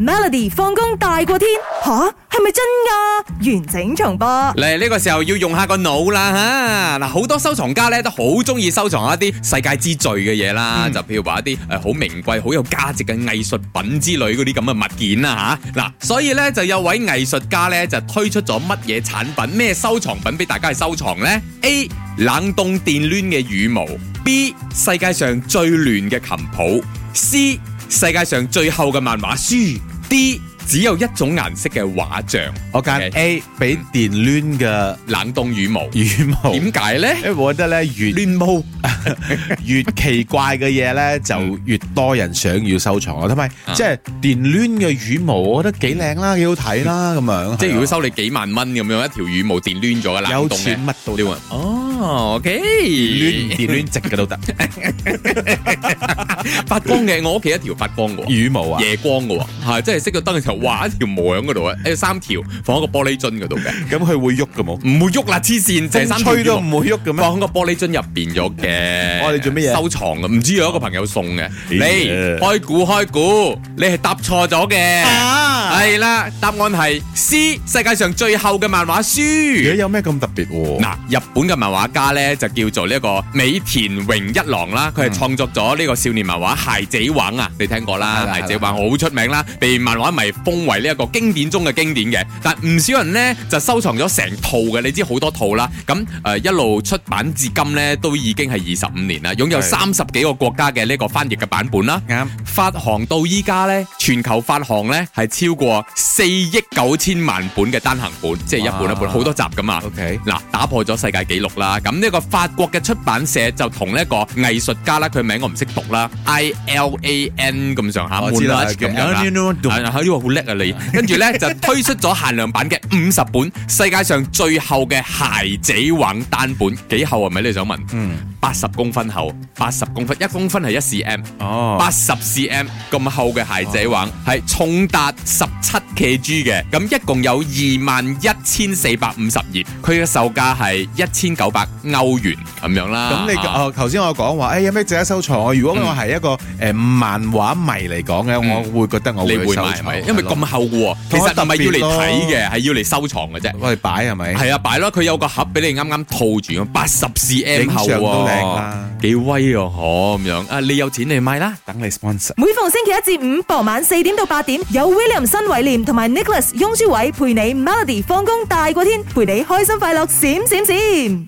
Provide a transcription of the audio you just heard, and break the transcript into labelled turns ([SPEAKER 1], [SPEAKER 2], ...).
[SPEAKER 1] Melody 放工大過天吓，係咪真㗎？完整重播。
[SPEAKER 2] 嚟呢個時候要用下個腦啦吓，嗱好多收藏家咧都好中意收藏一啲世界之最嘅嘢啦，就譬如話一啲誒好名貴、好有價值嘅藝術品之類嗰啲咁嘅物件啦吓，嗱、所以咧就有位藝術家咧就推出咗乜嘢產品、咩收藏品俾大家去收藏呢 a 冷凍電攣嘅羽毛，B 世界上最亂嘅琴譜，C 世界上最厚嘅漫畫書，D 只有一種顏色嘅畫像。
[SPEAKER 3] 我揀
[SPEAKER 2] OK
[SPEAKER 3] A 俾電攣嘅
[SPEAKER 2] 冷凍羽毛。
[SPEAKER 3] 羽 毛。
[SPEAKER 2] 點啊解 咧？
[SPEAKER 3] 因為我覺得咧越
[SPEAKER 2] 亂 毛
[SPEAKER 3] 越奇怪嘅嘢咧，就越多人想要收藏咯。同埋
[SPEAKER 2] 嗯啊
[SPEAKER 3] 即係電攣嘅羽毛，我覺得幾靚啦，幾好 睇啦，咁樣。
[SPEAKER 2] 即係如
[SPEAKER 3] 係
[SPEAKER 2] 果
[SPEAKER 3] 啊
[SPEAKER 2] 收你幾萬蚊咁樣，一條羽毛電攣咗嘅冷
[SPEAKER 3] 有
[SPEAKER 2] 凍
[SPEAKER 3] 錢
[SPEAKER 2] 嘅
[SPEAKER 3] 乜都
[SPEAKER 2] 料
[SPEAKER 3] 得
[SPEAKER 2] 啊，哦，OK，
[SPEAKER 3] 電攣電攣直嘅都得。
[SPEAKER 2] 發光嘅，我屋企一條發光嘅 喎。
[SPEAKER 3] 羽 毛啊，
[SPEAKER 2] 夜光嘅喎，係即係熄咗燈嘅時候，哇一條毛喺嗰度啊，誒三條放喺個玻璃樽嗰度嘅，
[SPEAKER 3] 咁佢會喐嘅冇？
[SPEAKER 2] 唔會喐啦，黐線，成三
[SPEAKER 3] 風
[SPEAKER 2] 條
[SPEAKER 3] 吹都
[SPEAKER 2] 羽毛
[SPEAKER 3] 唔會喐嘅咩？
[SPEAKER 2] 放喺個玻璃樽入邊咗嘅。
[SPEAKER 3] 我哋做乜嘢哎
[SPEAKER 2] 收藏嘅，唔知有一個朋友送嘅。你
[SPEAKER 3] 呀
[SPEAKER 2] 開估開估，你係答錯咗嘅。
[SPEAKER 3] 啊
[SPEAKER 2] 係啦，答案係 C，世界上最厚嘅漫畫書。
[SPEAKER 3] 而家有咩咁特別喎？
[SPEAKER 2] 嗱，日本嘅漫畫家咧就叫做呢一個美田榮一郎啦，
[SPEAKER 3] 嗯
[SPEAKER 2] 佢係創作咗呢個少年漫畫《孩子王》啊，你聽過
[SPEAKER 3] 係
[SPEAKER 2] 啦，
[SPEAKER 3] 啦
[SPEAKER 2] 《孩子王》好出名啦，被漫畫迷封為呢一個經典中嘅經典嘅。但唔少人呢就收藏咗成套嘅，你知好多套啦。咁誒、呃一路出版至今呢，都已經係二十五年啦，擁有
[SPEAKER 3] 係
[SPEAKER 2] 三十幾個國家嘅呢個翻譯嘅版本啦。
[SPEAKER 3] 啱。
[SPEAKER 2] 發行到依家呢，全球發行呢係超過四億九千萬本嘅單行本，即係一本一本
[SPEAKER 3] 哇
[SPEAKER 2] 好多集噶嘛。
[SPEAKER 3] OK，
[SPEAKER 2] 嗱，打破咗世界紀錄啦！咁呢個法國嘅出版社就同呢一個藝術家啦，佢名我唔識讀啦，I L A N 咁上下，
[SPEAKER 3] 我哦知啦
[SPEAKER 2] Moulage
[SPEAKER 3] 叫
[SPEAKER 2] 咁樣啦
[SPEAKER 3] Eleanor Dom
[SPEAKER 2] 係啦，呢個好叻啊 你！跟住咧就推出咗限量版嘅五十本世界上最厚嘅鞋仔玩單本，幾厚啊係咪？你想問？
[SPEAKER 3] 嗯，
[SPEAKER 2] 八十公分厚，八十公分，一公分係一 cm。
[SPEAKER 3] 哦
[SPEAKER 2] 八十 cm 咁厚嘅鞋仔玩，係重達十七 kg 嘅，咁一共有二萬一千四百五十頁，佢嘅售價係一千九百歐元咁樣啦。
[SPEAKER 3] 咁你
[SPEAKER 2] 啊
[SPEAKER 3] 哦，頭先我講話，誒有咩值得收藏啊？如果我係一個誒漫畫迷嚟講嘅，我會覺得我
[SPEAKER 2] 嗯你
[SPEAKER 3] 會去
[SPEAKER 2] 會
[SPEAKER 3] 收
[SPEAKER 2] 買係
[SPEAKER 3] 藏
[SPEAKER 2] 咪？，因為咁厚嘅喎，其
[SPEAKER 3] 同埋
[SPEAKER 2] 實唔係
[SPEAKER 3] 特別
[SPEAKER 2] 要嚟睇嘅，
[SPEAKER 3] 咯
[SPEAKER 2] 係要嚟收藏嘅啫。
[SPEAKER 3] 我哋擺係咪？
[SPEAKER 2] 係啊，擺咯，佢有個盒俾你啱啱套住咁，八十 cm
[SPEAKER 3] 影
[SPEAKER 2] 厚
[SPEAKER 3] 相都靚
[SPEAKER 2] 喎
[SPEAKER 3] 啦，
[SPEAKER 2] 幾威啊！嗬咁樣啊，你有錢你買啦。
[SPEAKER 3] 等你 sponsor。
[SPEAKER 1] 每逢星期一至五傍晚四點到八點，有 William 新偉廉同埋 Nicholas 雍舒偉陪你 Melody 放工大過天，陪你開心快樂閃閃閃。